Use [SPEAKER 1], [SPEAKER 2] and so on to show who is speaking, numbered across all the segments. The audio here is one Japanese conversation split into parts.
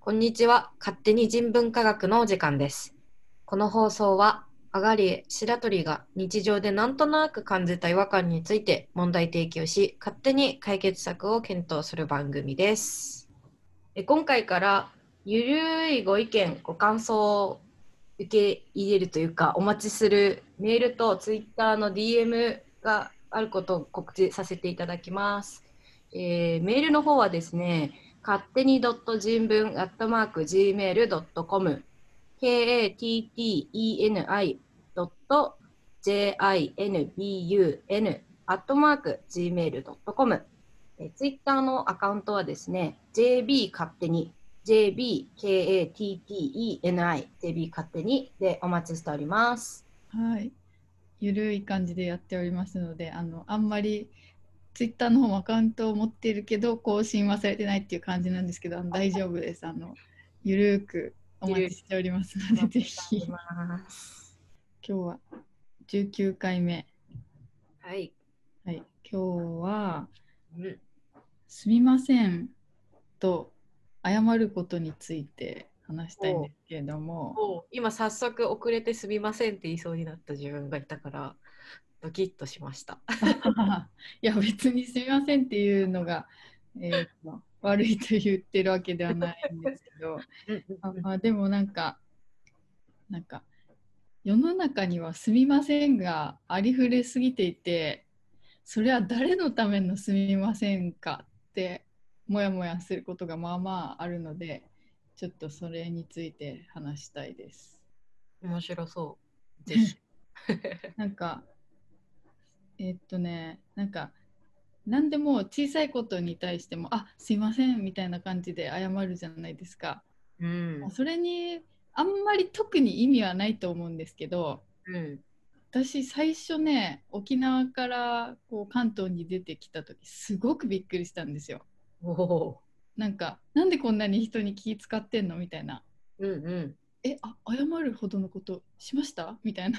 [SPEAKER 1] こんにちは。勝手に人文科学のお時間です。この放送は、アガリエ・白鳥が日常でなんとなく感じた違和感について問題提起をし、勝手に解決策を検討する番組です。え今回から、ゆるいご意見、ご感想を受け入れるというか、お待ちするメールとツイッターの DM があることを告知させていただきます。えーメールの方はですね、勝手に.人文 .gmail.com katteni.jinbun .gmail.com えツイッター Twitter のアカウントはですね jb 勝手に jbkatteni jb 勝手にでお待ちしております
[SPEAKER 2] はい。ゆるい感じでやっておりますので、あのあんまりツイッターの方もアカウントを持っているけど更新はされてないっていう感じなんですけど、あの大丈夫です。あのゆるーくお待ちしております
[SPEAKER 1] お
[SPEAKER 2] の
[SPEAKER 1] 待
[SPEAKER 2] で、ぜ
[SPEAKER 1] ちして
[SPEAKER 2] ひ
[SPEAKER 1] おり
[SPEAKER 2] 今
[SPEAKER 1] ます
[SPEAKER 2] 日は19回目。
[SPEAKER 1] はい、
[SPEAKER 2] はい。今日は
[SPEAKER 1] うん、
[SPEAKER 2] すみませんと謝ることについて話したいんですけれども、
[SPEAKER 1] おう今早速遅れてすみませんって言いそうになった自分がいたからドキッとしました
[SPEAKER 2] いや別にすみませんっていうのが、えーと悪いと言ってるわけではないんですけど。あまあでもなんかなんか世の中には「すみません」がありふれすぎていてそれは誰のための「すみません」かってもやもやすることがまあまああるのでちょっとそれについて話したいです。
[SPEAKER 1] 面白そう。ぜひ。
[SPEAKER 2] なんかえっとねなんか何でも小さいことに対しても「あすいません」みたいな感じで謝るじゃないですか。
[SPEAKER 1] うん
[SPEAKER 2] まあ。それにあんまり特に意味はないと思うんですけど
[SPEAKER 1] うん。
[SPEAKER 2] 私最初ね沖縄からこう関東に出てきた時すごくびっくりしたんですよ
[SPEAKER 1] おお。
[SPEAKER 2] なんかなんでこんなに人に気使ってんのみたいな
[SPEAKER 1] うんうん。
[SPEAKER 2] えあ謝るほどのことしましたみ たいな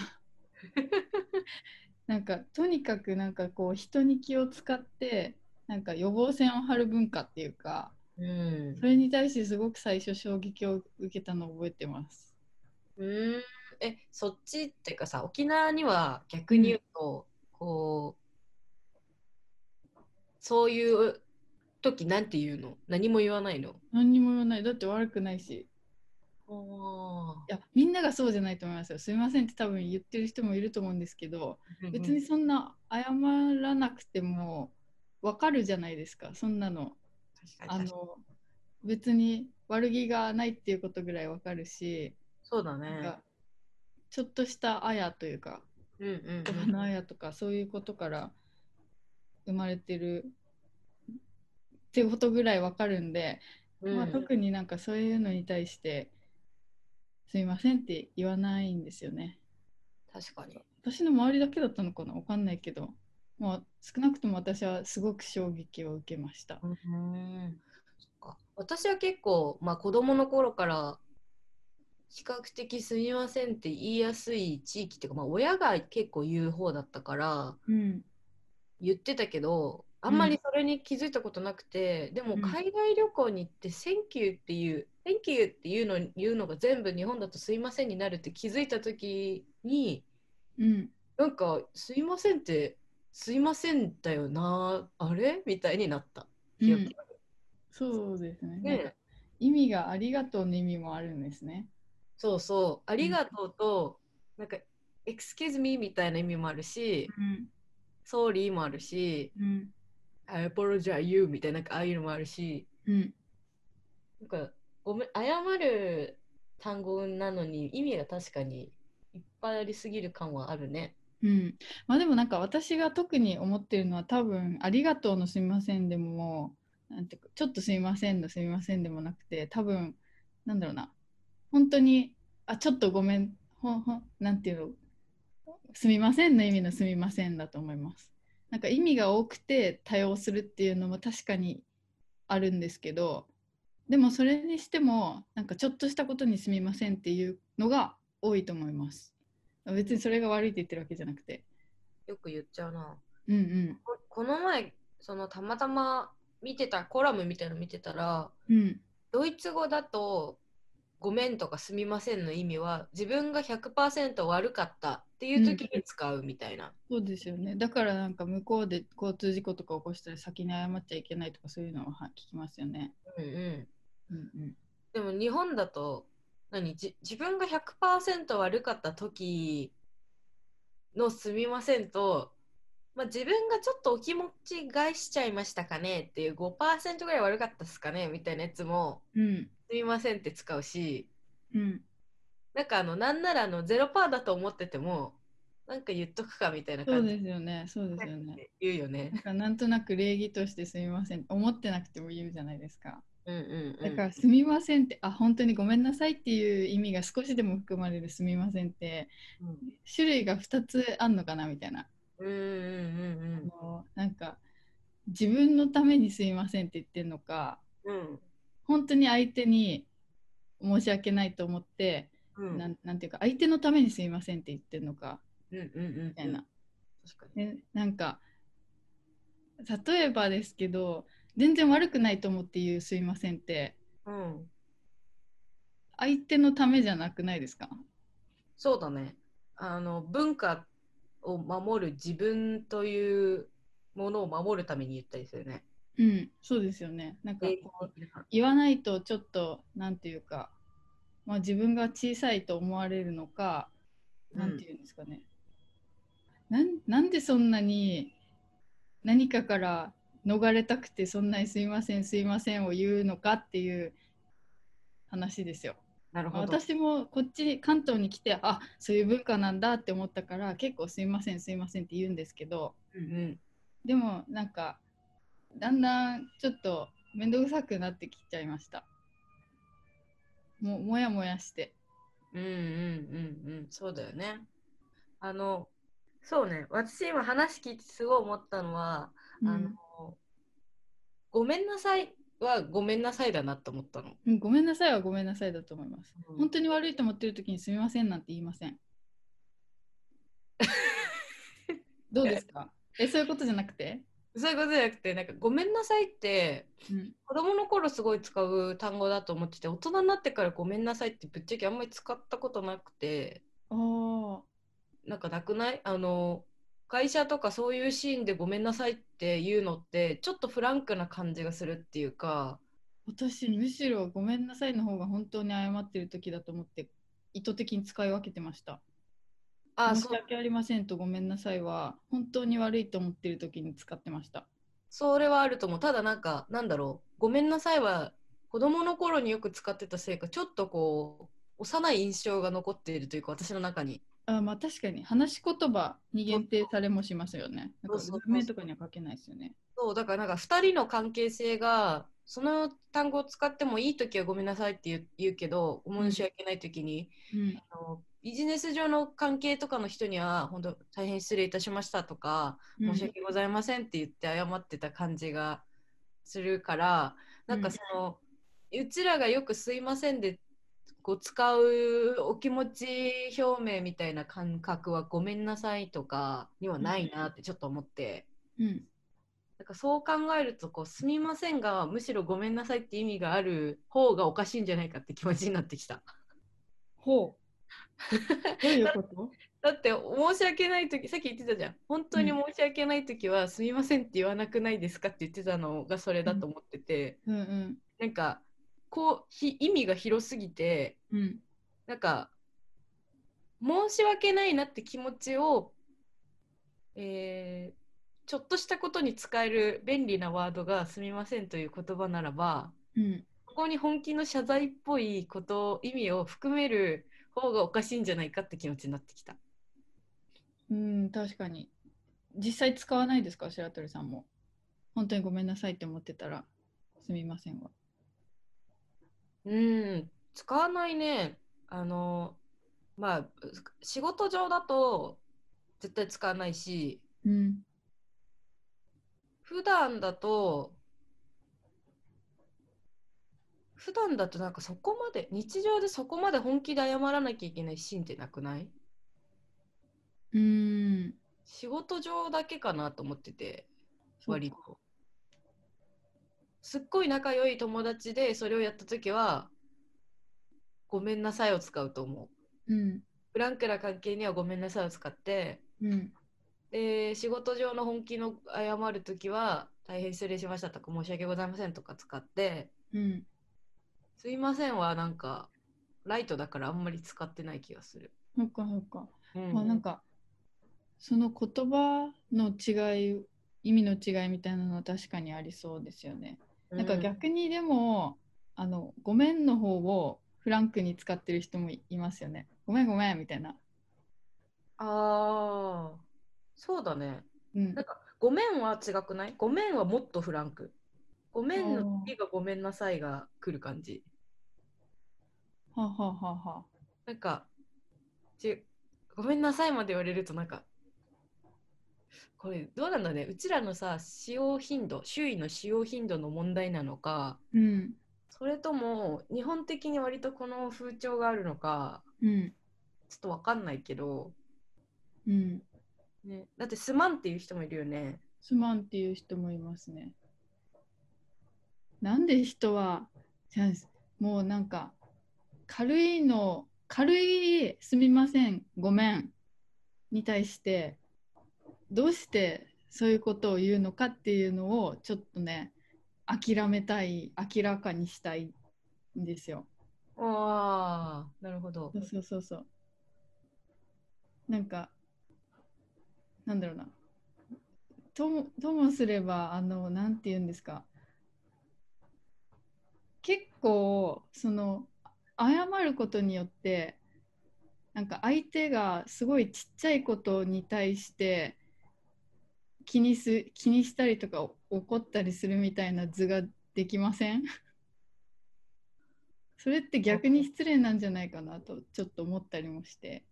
[SPEAKER 2] なんかとにかくなんかこう人に気を使ってなんか予防線を張る文化っていうか
[SPEAKER 1] うん
[SPEAKER 2] そ。れに対してすごく最初衝撃を受けたのを覚えてます
[SPEAKER 1] うん。え、そっちっていうかさ、沖縄には逆に言うと、こう、そういう時なんて言うの何も言わないの
[SPEAKER 2] 何にも言わないだって悪くないし
[SPEAKER 1] お
[SPEAKER 2] いやみんながそうじゃないと思いますよすみませんって多分言ってる人もいると思うんですけど別にそんな謝らなくてもわかるじゃないですかそんなのあ
[SPEAKER 1] あの
[SPEAKER 2] の別に悪気がないっていうことぐらいわかるし、
[SPEAKER 1] そうだ
[SPEAKER 2] なん
[SPEAKER 1] ね
[SPEAKER 2] か。ちょっとしたあやというか
[SPEAKER 1] うんうん
[SPEAKER 2] お花あやとかそういうことから生まれてるっていうことぐらいわかるんで
[SPEAKER 1] うん。
[SPEAKER 2] ま
[SPEAKER 1] う
[SPEAKER 2] あ、
[SPEAKER 1] ん
[SPEAKER 2] 特になんかそういうのに対して「すいません」って言わないんですよね。
[SPEAKER 1] 確かに。
[SPEAKER 2] 私の周りだけだったのかなわかんないけど、まあ、少なくとも私はすごく衝撃を受けました。
[SPEAKER 1] うんそっか私は結構、まあ、子供の頃から比較的すみませんって言いやすい地域っていうか、まあ、親が結構言う方だったから
[SPEAKER 2] うん、
[SPEAKER 1] 言ってたけどあんまりそれに気づいたことなくて、でも
[SPEAKER 2] うん
[SPEAKER 1] 海外旅行に行って「センキュー」っていう「センキュー」っていうの言うのが全部日本だと「すいません」になるって気づいた時に
[SPEAKER 2] うん、
[SPEAKER 1] なんか「すいません」って「すいませんだよなあれ?」みたいになった記憶がある
[SPEAKER 2] そうですね。
[SPEAKER 1] ね
[SPEAKER 2] なんか意味がありがとうの意味もあるんですね。
[SPEAKER 1] そうそう、ありがとうと、なんか、excuse me みたいな意味もあるし、
[SPEAKER 2] うん、
[SPEAKER 1] sorry もあるし、
[SPEAKER 2] うん、
[SPEAKER 1] I apologize you みたいな、なんかああいうのもあるし、
[SPEAKER 2] うん、
[SPEAKER 1] なんか、ごめん、謝る単語なのに意味が確かにいっぱいありすぎる感はあるね。
[SPEAKER 2] うん。まあでもなんか私が特に思ってるのは多分「ありがとうのすみません」でもなんていうかちょっとすみませんのすみませんでもなくて多分なんだろうな本当にあちょっとごめんほんほんなんていうのすみませんの意味のすみませんだと思いますなんか意味が多くて多用するっていうのも確かにあるんですけどでもそれにしてもなんかちょっとしたことにすみませんっていうのが多いと思います別にそれが悪いって言ってるわけじゃなくて
[SPEAKER 1] よく言っちゃうな。
[SPEAKER 2] うんうん
[SPEAKER 1] ここの前、そのたまたま見てたコラムみたいなの見てたら、
[SPEAKER 2] うん
[SPEAKER 1] ドイツ語だと「ごめん」とか「すみません」の意味は自分が100%悪かったっていう時に使うみたいな。
[SPEAKER 2] そうですよね。だからなんか向こうで交通事故とか起こしたら先に謝っちゃいけないとかそういうのはは聞きますよね。
[SPEAKER 1] うんうん
[SPEAKER 2] うんうん。
[SPEAKER 1] でも日本だと何じ自分が100%悪かった時の「すみませんと」まあ、自分がちょっとお気持ち返しちゃいましたかねっていう5%ぐらい悪かったっすかねみたいなやつも
[SPEAKER 2] うん。
[SPEAKER 1] 「すみません」って使うし
[SPEAKER 2] うん。
[SPEAKER 1] なんかあのなんならあの0%だと思っててもなんか言っとくかみたいな
[SPEAKER 2] そう
[SPEAKER 1] 感じ
[SPEAKER 2] ですよね。そうですよね。
[SPEAKER 1] で言うよ
[SPEAKER 2] なん
[SPEAKER 1] ね。
[SPEAKER 2] かなんとなく礼儀としてすみません。思ってなくても言うじゃないですか。
[SPEAKER 1] うんうんう
[SPEAKER 2] だ
[SPEAKER 1] ん、
[SPEAKER 2] からすみませんって、あ、本当にごめんなさいっていう意味が少しでも含まれるすみませんって、
[SPEAKER 1] うん
[SPEAKER 2] 種類が2つあんのかなみたいな。
[SPEAKER 1] うんうん
[SPEAKER 2] あのなんか自分のためにすみませんって言ってるのか、
[SPEAKER 1] うんうん
[SPEAKER 2] 本当に相手に申し訳ないと思って、
[SPEAKER 1] うんうん
[SPEAKER 2] なんなんていうか相手のためにすみませんって言ってるのか
[SPEAKER 1] うんうんうん
[SPEAKER 2] みたいな、
[SPEAKER 1] 確かに
[SPEAKER 2] ね、なんか例えばですけど全然悪くないと思って言うすみませんって
[SPEAKER 1] うん
[SPEAKER 2] 相手のためじゃなくないですか
[SPEAKER 1] そうだねあの文化を守る自分というものを守るために言ったりするね
[SPEAKER 2] うんそうですよねなんかこう言わないとちょっとなんていうか、まあ、自分が小さいと思われるのか
[SPEAKER 1] うん
[SPEAKER 2] なんていうんですかね、なんなんでそんなに何かから逃れたくてそんなにすいませんすいませんを言うのかっていう話ですよ。
[SPEAKER 1] なるほど
[SPEAKER 2] 私もこっちに関東に来てあそういう文化なんだって思ったから結構すいませんすいませんって言うんですけど
[SPEAKER 1] うんうん
[SPEAKER 2] でもなんかだんだんちょっと面倒くさくなってきちゃいました。ももやもやして。
[SPEAKER 1] うんうんうんうんそうだよねあのそうね私今話聞いてすごい思ったのは、あ
[SPEAKER 2] うん
[SPEAKER 1] のごめんなさいはごめんなさいだなと思ったの、
[SPEAKER 2] うん、ごめんなさいはごめんなさいだと思います。
[SPEAKER 1] うん
[SPEAKER 2] 本当に悪いと思ってる時にすみませんなんて言いません。どうですかえ、そういうことじゃなくて、
[SPEAKER 1] そういうことじゃなくてなんかごめんなさいって
[SPEAKER 2] うん、
[SPEAKER 1] 子供の頃すごい使う単語だと思ってて大人になってから「ごめんなさい」ってぶっちゃけあんまり使ったことなくて
[SPEAKER 2] ああ、
[SPEAKER 1] なんかなくないあの会社とかそういうシーンで「ごめんなさい」って言うのってちょっとフランクな感じがするっていうか
[SPEAKER 2] 私、むしろごめんなさいの方が本当に謝ってる時だと思って、意図的に使い分けてました。
[SPEAKER 1] あ
[SPEAKER 2] 申
[SPEAKER 1] そ
[SPEAKER 2] し訳ありませんとごめんなさいは、本当に悪いと思ってる時に使ってました。
[SPEAKER 1] それはあると思うただなんかなんだろう「ごめんなさい」は子供の頃によく使ってたせいかちょっとこう幼い印象が残っているというか私の中に
[SPEAKER 2] あーまあ確かに、話し言葉に限定されもしますよね。なんか
[SPEAKER 1] そうそうそうそう
[SPEAKER 2] 文明とかには書けないですよね。
[SPEAKER 1] そうだからなんか2人の関係性がその単語を使ってもいい時はごめんなさいって言う言うけど申し訳ない時に、
[SPEAKER 2] うん
[SPEAKER 1] あのビジネス上の関係とかの人には本当大変失礼いたしましたとか、
[SPEAKER 2] うん
[SPEAKER 1] 申し訳ございませんって言って謝ってた感じがするからなんかその、うちらがよく「すいませんで」こう使うお気持ち表明みたいな感覚は「ごめんなさい」とかにはないなってちょっと思って。
[SPEAKER 2] うん
[SPEAKER 1] なんかそう考えるとこう「すみませんが」むしろ「ごめんなさい」って意味がある方がおかしいんじゃないかって気持ちになってきた。
[SPEAKER 2] ほう。どういうこと
[SPEAKER 1] だって申し訳ない時さっき言ってたじゃん本当に申し訳ない時は「すみません」って言わなくないですかって言ってたのがそれだと思ってて、
[SPEAKER 2] うんうん。
[SPEAKER 1] なんかこうひ意味が広すぎて
[SPEAKER 2] うん。
[SPEAKER 1] なんか申し訳ないなって気持ちを、えーちょっとしたことに使える便利なワードが「すみません」という言葉ならば
[SPEAKER 2] うん。
[SPEAKER 1] ここに本気の謝罪っぽいこと意味を含める方がおかしいんじゃないかって気持ちになってきた。
[SPEAKER 2] うん、確かに。実際使わないですか、白鳥さんも。本当にごめんなさいって思ってたら、すみませんわ。
[SPEAKER 1] うん使わないねあのまあ仕事上だと絶対使わないし
[SPEAKER 2] うん。
[SPEAKER 1] 普段だと普段だとなんかそこまで日常でそこまで本気で謝らなきゃいけないシーンってなくない
[SPEAKER 2] うん。
[SPEAKER 1] 仕事上だけかなと思ってて。割
[SPEAKER 2] そうか
[SPEAKER 1] と。すっごい仲良い友達でそれをやった時は「ごめんなさい」を使うと思う。
[SPEAKER 2] うん
[SPEAKER 1] フランクな関係には「ごめんなさい」を使って
[SPEAKER 2] うん
[SPEAKER 1] で仕事上の本気の謝る時は「大変失礼しました」とか「申し訳ございません」とか使って
[SPEAKER 2] うん
[SPEAKER 1] 「すいません」はなんかライトだからあんまり使ってない気がする。
[SPEAKER 2] そっかそっか、
[SPEAKER 1] うん
[SPEAKER 2] まあなんかその言葉の違い意味の違いみたいなのは確かにありそうですよねなんか逆にでも、あのごめんの方をフランクに使ってる人もいますよねごめんごめんみたいな
[SPEAKER 1] ああ、そうだね。
[SPEAKER 2] うん
[SPEAKER 1] なんか、ごめんは違くないごめんはもっとフランク。ごめんの次がごめんなさいが来る感じ。
[SPEAKER 2] はあ、はあはあはあ、
[SPEAKER 1] なんか、ちごめんなさいまで言われると、なんか、これどうなんだね。うちらのさ、使用頻度、周囲の使用頻度の問題なのか、
[SPEAKER 2] うん
[SPEAKER 1] それとも日本的に割とこの風潮があるのか、
[SPEAKER 2] うん
[SPEAKER 1] ちょっとわかんないけど、
[SPEAKER 2] うん
[SPEAKER 1] ね、だってすまんっていう人もいるよね。
[SPEAKER 2] すまんっていう人もいますね。なんで人はじゃあもうなんか軽いの軽い「すみませんごめん」に対してどうしてそういうことを言うのかっていうのをちょっとね諦めたい明らかにしたいんですよ。
[SPEAKER 1] ああ、なるほど
[SPEAKER 2] そ。うそうそうそう。なんか、なんだろうな。ともともすれば、あの、なんて言うんですか。結構、その、謝ることによって、なんか相手がすごいちっちゃいことに対して気にす気にしたりとか怒ったりするみたいな図ができません それって逆に失礼なんじゃないかなとちょっと思ったりもして。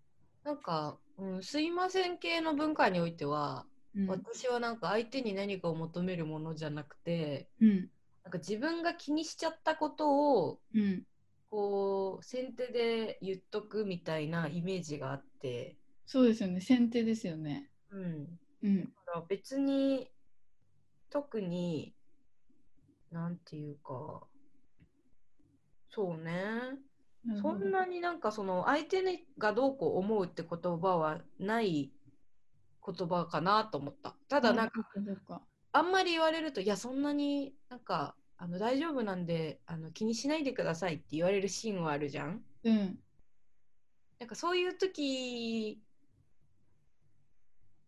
[SPEAKER 1] なんか、うん、すいません系の文化においては、
[SPEAKER 2] うん
[SPEAKER 1] 私はなんか相手に何かを求めるものじゃなくて
[SPEAKER 2] うん
[SPEAKER 1] なんか自分が気にしちゃったことを
[SPEAKER 2] うん、
[SPEAKER 1] こう先手で言っとくみたいなイメージがあって、
[SPEAKER 2] そうですよね先手ですよね。
[SPEAKER 1] うん、
[SPEAKER 2] うん
[SPEAKER 1] だから別に特になんていうかそうね
[SPEAKER 2] なる
[SPEAKER 1] そ
[SPEAKER 2] ほど
[SPEAKER 1] んなになんかその相手がどうこう思うって言葉はない言葉かなと思った。ただなんか
[SPEAKER 2] そっそっか
[SPEAKER 1] あんまり言われると、いやそんなになんかあの大丈夫なんであの気にしないでくださいって言われるシーンはあるじゃん。
[SPEAKER 2] うん
[SPEAKER 1] なんかそういう時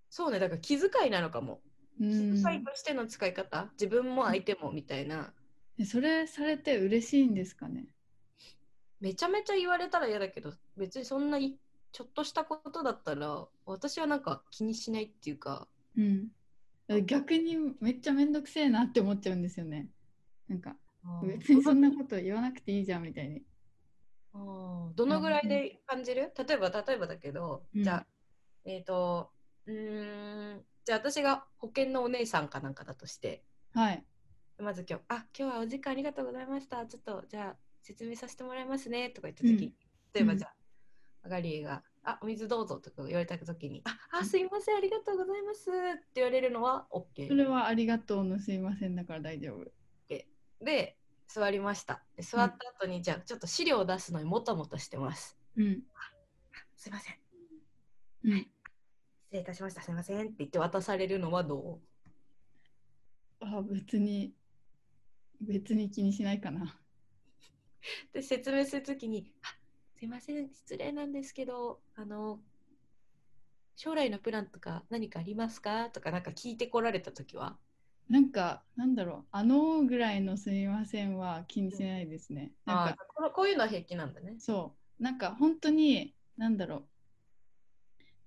[SPEAKER 1] そうねだから気遣いなのかも。
[SPEAKER 2] う
[SPEAKER 1] 気
[SPEAKER 2] ん
[SPEAKER 1] 遣いとしての使い方自分も相手もみたいな。
[SPEAKER 2] えそれされて嬉しいんですかね
[SPEAKER 1] めちゃめちゃ言われたら嫌だけど別にそんないちょっとしたことだったら私はなんか気にしないっていうか
[SPEAKER 2] うん、逆にめっちゃめんどくせえなって思っちゃうんですよね。なんか別にそんなこと言わなくていいじゃんみたいに。
[SPEAKER 1] あーどのぐらいで感じる例えば例えばだけど、
[SPEAKER 2] うん
[SPEAKER 1] じゃあえっ、とうーんじゃあ私が保険のお姉さんかなんかだとして
[SPEAKER 2] はい。
[SPEAKER 1] まず今日「あ今日はお時間ありがとうございましたちょっとじゃあ説明させてもらいますね」とか言った時、
[SPEAKER 2] うん
[SPEAKER 1] 例えば
[SPEAKER 2] うん
[SPEAKER 1] じゃあ、あがりえが「あお水どうぞ」とか言われた時に「ああすいませんありがとうございます」って言われるのは OK。
[SPEAKER 2] それはありがとうのすいませんだから大丈夫。
[SPEAKER 1] で座りましたで座った後に、じゃあちょっと資料を出すのにもたもたしてます
[SPEAKER 2] うん。
[SPEAKER 1] すいません失
[SPEAKER 2] うん、
[SPEAKER 1] 礼いたしましたすいませんって言って渡されるのはど
[SPEAKER 2] あ別に別に気にしないかな。
[SPEAKER 1] うで説明するときにあ「すいません失礼なんですけどあの将来のプランとか何かありますか?」とかなんか聞いてこられた時は
[SPEAKER 2] なんかなんだろうあのぐらいのすいませんは気にしないですね。なん
[SPEAKER 1] あ
[SPEAKER 2] か
[SPEAKER 1] このこういうのは平気なんだね。
[SPEAKER 2] そうなんか本当になんだろ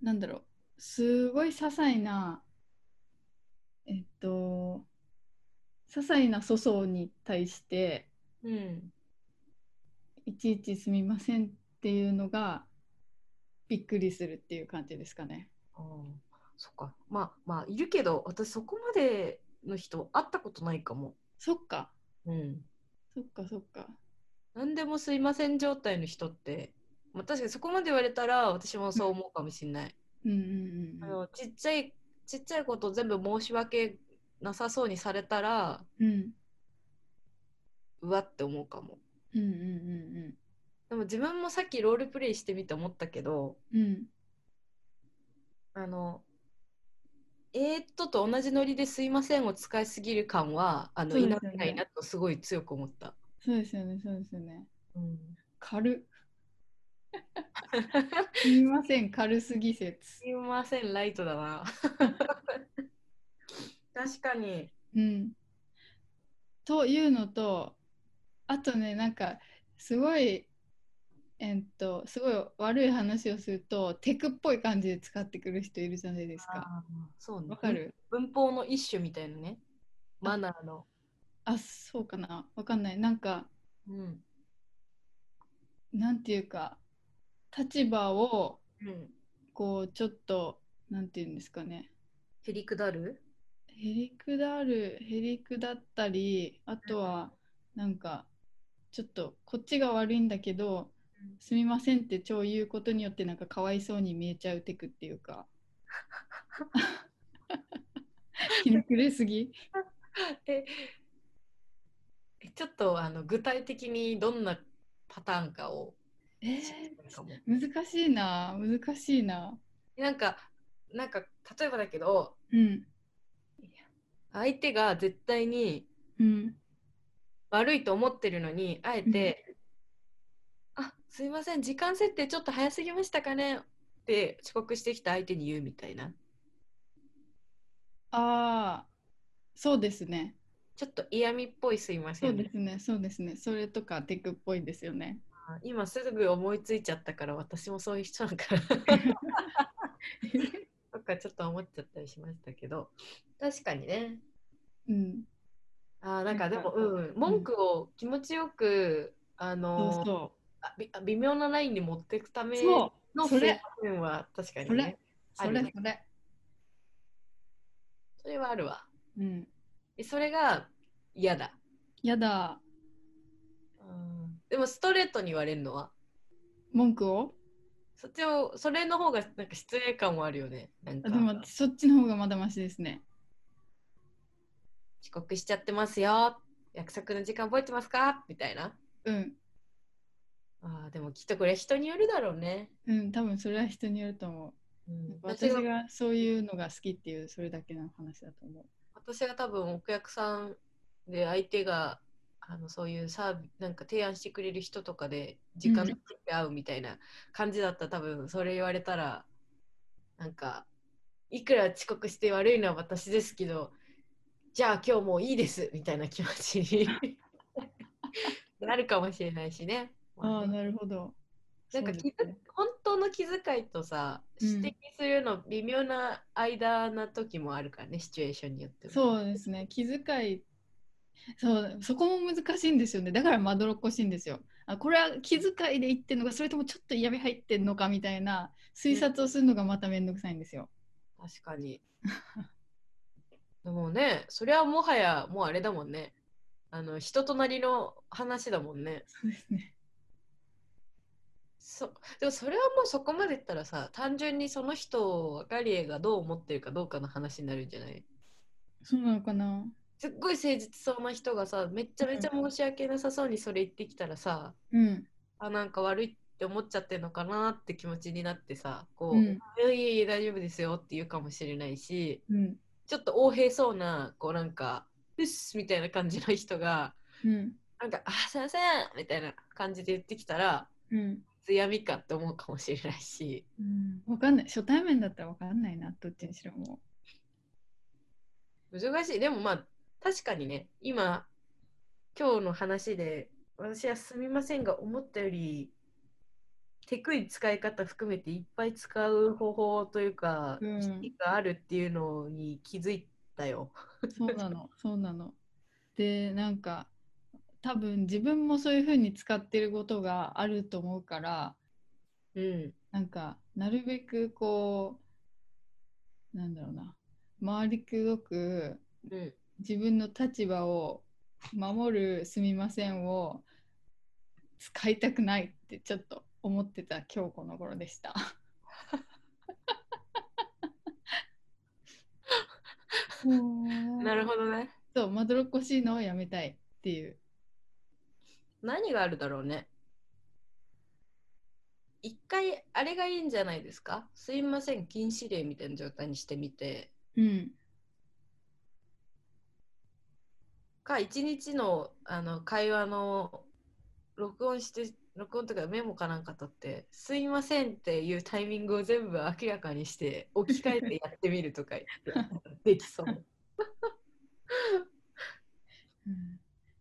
[SPEAKER 2] うなんだろうすごい些細なえっと些細な粗相に対して
[SPEAKER 1] うん、
[SPEAKER 2] いちいちすみませんっていうのがびっくりするっていう感じですかね。
[SPEAKER 1] あーそっかまあまあいるけど私そこまでの人会ったことないかも。
[SPEAKER 2] そっか
[SPEAKER 1] うん
[SPEAKER 2] そっかそっか。
[SPEAKER 1] 何でもすいません状態の人って、まあ、確かにそこまで言われたら私もそう思うかもしれない、
[SPEAKER 2] うんうんう
[SPEAKER 1] あ
[SPEAKER 2] ん
[SPEAKER 1] のちっちゃいちっちゃいこと全部申し訳なさそうにされたら
[SPEAKER 2] うん。うん
[SPEAKER 1] うわって思うかも
[SPEAKER 2] うんうん
[SPEAKER 1] でも自分もさっきロールプレイしてみて思ったけど
[SPEAKER 2] うんうんうん
[SPEAKER 1] あのえー、っとと同じノリで「すいません」を使いすぎる感はあの
[SPEAKER 2] そう
[SPEAKER 1] 否
[SPEAKER 2] です
[SPEAKER 1] め
[SPEAKER 2] よね
[SPEAKER 1] ないなとすごい強く思った。
[SPEAKER 2] そうですよねそうですよね
[SPEAKER 1] うん、
[SPEAKER 2] 軽っすみません軽すぎ 説
[SPEAKER 1] すいませんライトだな。 確かに。
[SPEAKER 2] うん。というのとあとねなんかすごいえっとすごい悪い話をするとテクっぽい感じで使ってくる人いるじゃないですか。
[SPEAKER 1] あーそうね。
[SPEAKER 2] わかる
[SPEAKER 1] 文法の一種みたいなね。マナーの。
[SPEAKER 2] あそうかなわかんないなんか
[SPEAKER 1] うん。
[SPEAKER 2] なんていうか立場を
[SPEAKER 1] うん。
[SPEAKER 2] こうちょっとなんていうんですかね
[SPEAKER 1] へりくだる
[SPEAKER 2] へりくだるへりくだったりあとはなんかちょっとこっちが悪いんだけど
[SPEAKER 1] うん
[SPEAKER 2] 「すみません」って超言うことによってなんかかわいそうに見えちゃうテクっていう かひねくれすぎ
[SPEAKER 1] え、えちょっとあの具体的にどんなパターンかを
[SPEAKER 2] えー
[SPEAKER 1] 知りたいかも
[SPEAKER 2] 難しいな難しいな
[SPEAKER 1] なんか、なんか例えばだけど、
[SPEAKER 2] うん
[SPEAKER 1] 相手が絶対に
[SPEAKER 2] うん
[SPEAKER 1] 悪いと思ってるのにあえて「あすいません時間設定ちょっと早すぎましたかね」って遅刻してきた相手に言うみたいな
[SPEAKER 2] ああそうですね
[SPEAKER 1] ちょっと嫌味っぽい「すいませ
[SPEAKER 2] そうんで
[SPEAKER 1] ね
[SPEAKER 2] すねそうですねそれとかテクっぽいですよね」
[SPEAKER 1] 今すぐ思いついちゃったから私もそういう人なんか なとかちょっと思っちゃったりしましたけど確かにね
[SPEAKER 2] うん
[SPEAKER 1] あーなんかでも
[SPEAKER 2] なんか
[SPEAKER 1] うん文句を気持ちよくあ
[SPEAKER 2] そう
[SPEAKER 1] の
[SPEAKER 2] そ
[SPEAKER 1] あび微妙なラインに持っていくた
[SPEAKER 2] う
[SPEAKER 1] め
[SPEAKER 2] そう
[SPEAKER 1] の
[SPEAKER 2] それ
[SPEAKER 1] 部分は確かに
[SPEAKER 2] そ
[SPEAKER 1] ね
[SPEAKER 2] れそれ
[SPEAKER 1] あるね
[SPEAKER 2] それ
[SPEAKER 1] それはあるわ
[SPEAKER 2] うん
[SPEAKER 1] えそれが嫌だ
[SPEAKER 2] やだ
[SPEAKER 1] でもストレートに言われるのは
[SPEAKER 2] 文句を
[SPEAKER 1] そっちをそれの方がなんか失礼感もあるよねなん
[SPEAKER 2] あ
[SPEAKER 1] か
[SPEAKER 2] でもそっちの方がまだマシですね
[SPEAKER 1] 遅刻しちゃってますよ約束の時間覚えてますかみたいな
[SPEAKER 2] うん
[SPEAKER 1] あーでもきっとこれ人によるだろうね、
[SPEAKER 2] うん多分それは人によると思
[SPEAKER 1] う、
[SPEAKER 2] うん
[SPEAKER 1] 私
[SPEAKER 2] 私
[SPEAKER 1] が
[SPEAKER 2] がそういうのが好きっていうそれだけの話だと思う
[SPEAKER 1] 私が多分お客さんで相手があのそういうサービなんか提案してくれる人とかで時間
[SPEAKER 2] うん
[SPEAKER 1] 取って会うみたいな感じだったら多分それ言われたらなんかいくら遅刻して悪いのは私ですけどじゃあ今日もういいですみたいな気持ちになるかもしれないしね。
[SPEAKER 2] ああなるほど
[SPEAKER 1] なんか
[SPEAKER 2] そう
[SPEAKER 1] 気
[SPEAKER 2] で
[SPEAKER 1] づ
[SPEAKER 2] すね
[SPEAKER 1] 本当の気遣いとさ
[SPEAKER 2] うん
[SPEAKER 1] 指摘するの微妙な間な時もあるからね、シチュエーションによっては
[SPEAKER 2] そうですね気遣いそうそこも難しいんですよねだからまどろっこしいんですよあこれは気遣いで言ってんのかそれともちょっと嫌味入ってんのかみたいな推察をするのがまためんどくさいんですよ、
[SPEAKER 1] 確かに。でもね、それはもはやもうあれだもんね。あの人となりの話だもんね。
[SPEAKER 2] そうですね
[SPEAKER 1] そでもそれはもうそこまでいったらさ、単純にその人をガリエがどう思ってるかどうかの話になるんじゃない
[SPEAKER 2] そうなのかな
[SPEAKER 1] すっごい誠実そうな人がさ、めっちゃめちゃ申し訳なさそうにそれ言ってきたらさ、
[SPEAKER 2] うん
[SPEAKER 1] あ、なんか悪いって思っちゃってるのかなって気持ちになってさ、こう、
[SPEAKER 2] う
[SPEAKER 1] い
[SPEAKER 2] ん
[SPEAKER 1] やいやいや大丈夫ですよって言うかもしれないし、
[SPEAKER 2] うん
[SPEAKER 1] ちょっと横平そうな、こうなんか、うっすみたいな感じの人が、
[SPEAKER 2] うん
[SPEAKER 1] なんか、あ、すいませんみたいな感じで言ってきたら、
[SPEAKER 2] うん
[SPEAKER 1] 強みかって思うかもしれないし、
[SPEAKER 2] うん、わかんない初対面だったらわかんないなどっちにしろも
[SPEAKER 1] 難しい。でもまあ、確かにね、今、今日の話で、私はすみませんが、思ったより、テクい使い方含めていっぱい使う方法というか、
[SPEAKER 2] うん
[SPEAKER 1] 機があるっていうのに気づいたよ。
[SPEAKER 2] うそうなのそうなのでなんか多分自分もそういう風に使ってることがあると思うから
[SPEAKER 1] うん。
[SPEAKER 2] なんかなるべくこうなんだろうな回りくどく
[SPEAKER 1] うん。
[SPEAKER 2] 自分の立場を守る「すみません」を使いたくないってちょっと思ってた今日この頃 でした。
[SPEAKER 1] なるほどね。
[SPEAKER 2] そうまどろっこしいのをやめたいっていう
[SPEAKER 1] 何があるだろうね。一回、あれがいいんじゃないですかすいません、禁止令みたいな状態にしてみて。
[SPEAKER 2] うん。
[SPEAKER 1] か、一日のあの会話の録音して、録音とかメモかなんか取って、すいませんっていうタイミングを全部明らかにして、置き換えてやってみるとか言って、 できそう。
[SPEAKER 2] うん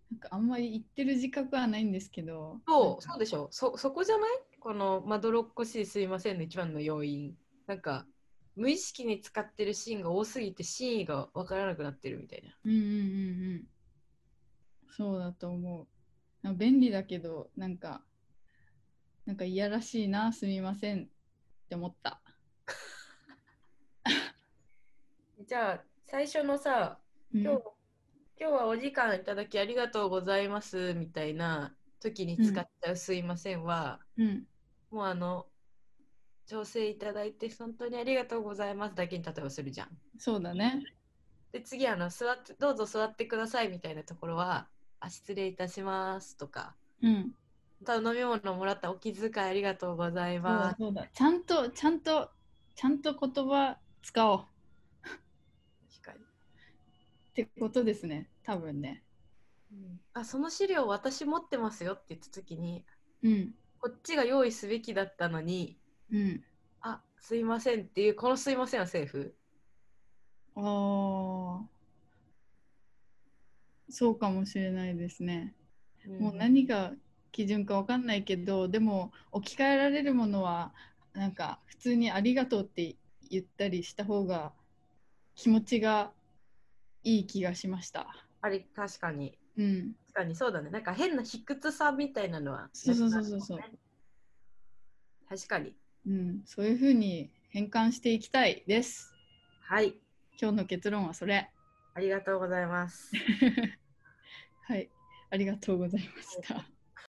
[SPEAKER 2] なんかあんまり言ってる自覚はないんですけど。
[SPEAKER 1] そう、
[SPEAKER 2] な
[SPEAKER 1] そ
[SPEAKER 2] ん
[SPEAKER 1] う
[SPEAKER 2] か
[SPEAKER 1] でしょ。そ、そこじゃないこのまどろっこしいすいませんの一番の要因。なんか、無意識に使ってるシーンが多すぎて真意がわからなくなってるみたいな。
[SPEAKER 2] うんうんうんうん。そうだと思う。なんか便利だけど、なんか、なんかいやらしいな、すみませんって思った。
[SPEAKER 1] じゃあ、最初のさ、
[SPEAKER 2] うん
[SPEAKER 1] 今日、今日はお時間いただきありがとうございますみたいな時に使っちゃうすいませんは、
[SPEAKER 2] うん。
[SPEAKER 1] もうあの、調整いただいて本当にありがとうございますだけに例えばするじゃん。
[SPEAKER 2] そうだね。
[SPEAKER 1] で、次、あの、座って、どうぞ座ってくださいみたいなところは、あ、失礼いたしますとか、
[SPEAKER 2] うん。
[SPEAKER 1] ただ飲み物もらったお気遣いありがとうござい
[SPEAKER 2] そう
[SPEAKER 1] ま
[SPEAKER 2] だ
[SPEAKER 1] す。
[SPEAKER 2] そうだ。ちゃんと、ちゃんと、ちゃんと言葉使おう
[SPEAKER 1] 確か
[SPEAKER 2] ってことですね。多分ね。
[SPEAKER 1] に、あその資料私持ってますよって言った時に
[SPEAKER 2] うん。
[SPEAKER 1] こっちが用意すべきだったのに
[SPEAKER 2] うん。
[SPEAKER 1] あすいませんっていうこのすいませんはセーフ
[SPEAKER 2] ああ。そうかもしれないですね。もう
[SPEAKER 1] うん
[SPEAKER 2] 何が基準かわかんないけどでも置き換えられるものはなんか普通に「ありがとう」って言ったりした方が気持ちがいい気がしました。
[SPEAKER 1] あれ確かに
[SPEAKER 2] うん、
[SPEAKER 1] 確かにそうだねなんか変な卑屈さみたいなのは
[SPEAKER 2] そうそうそうそうそう
[SPEAKER 1] 確かに
[SPEAKER 2] うん、そういう風に変換していきたいです。
[SPEAKER 1] はい
[SPEAKER 2] 今日の結論はそれ。
[SPEAKER 1] ありがとうございます
[SPEAKER 2] はい、ありがとうございました。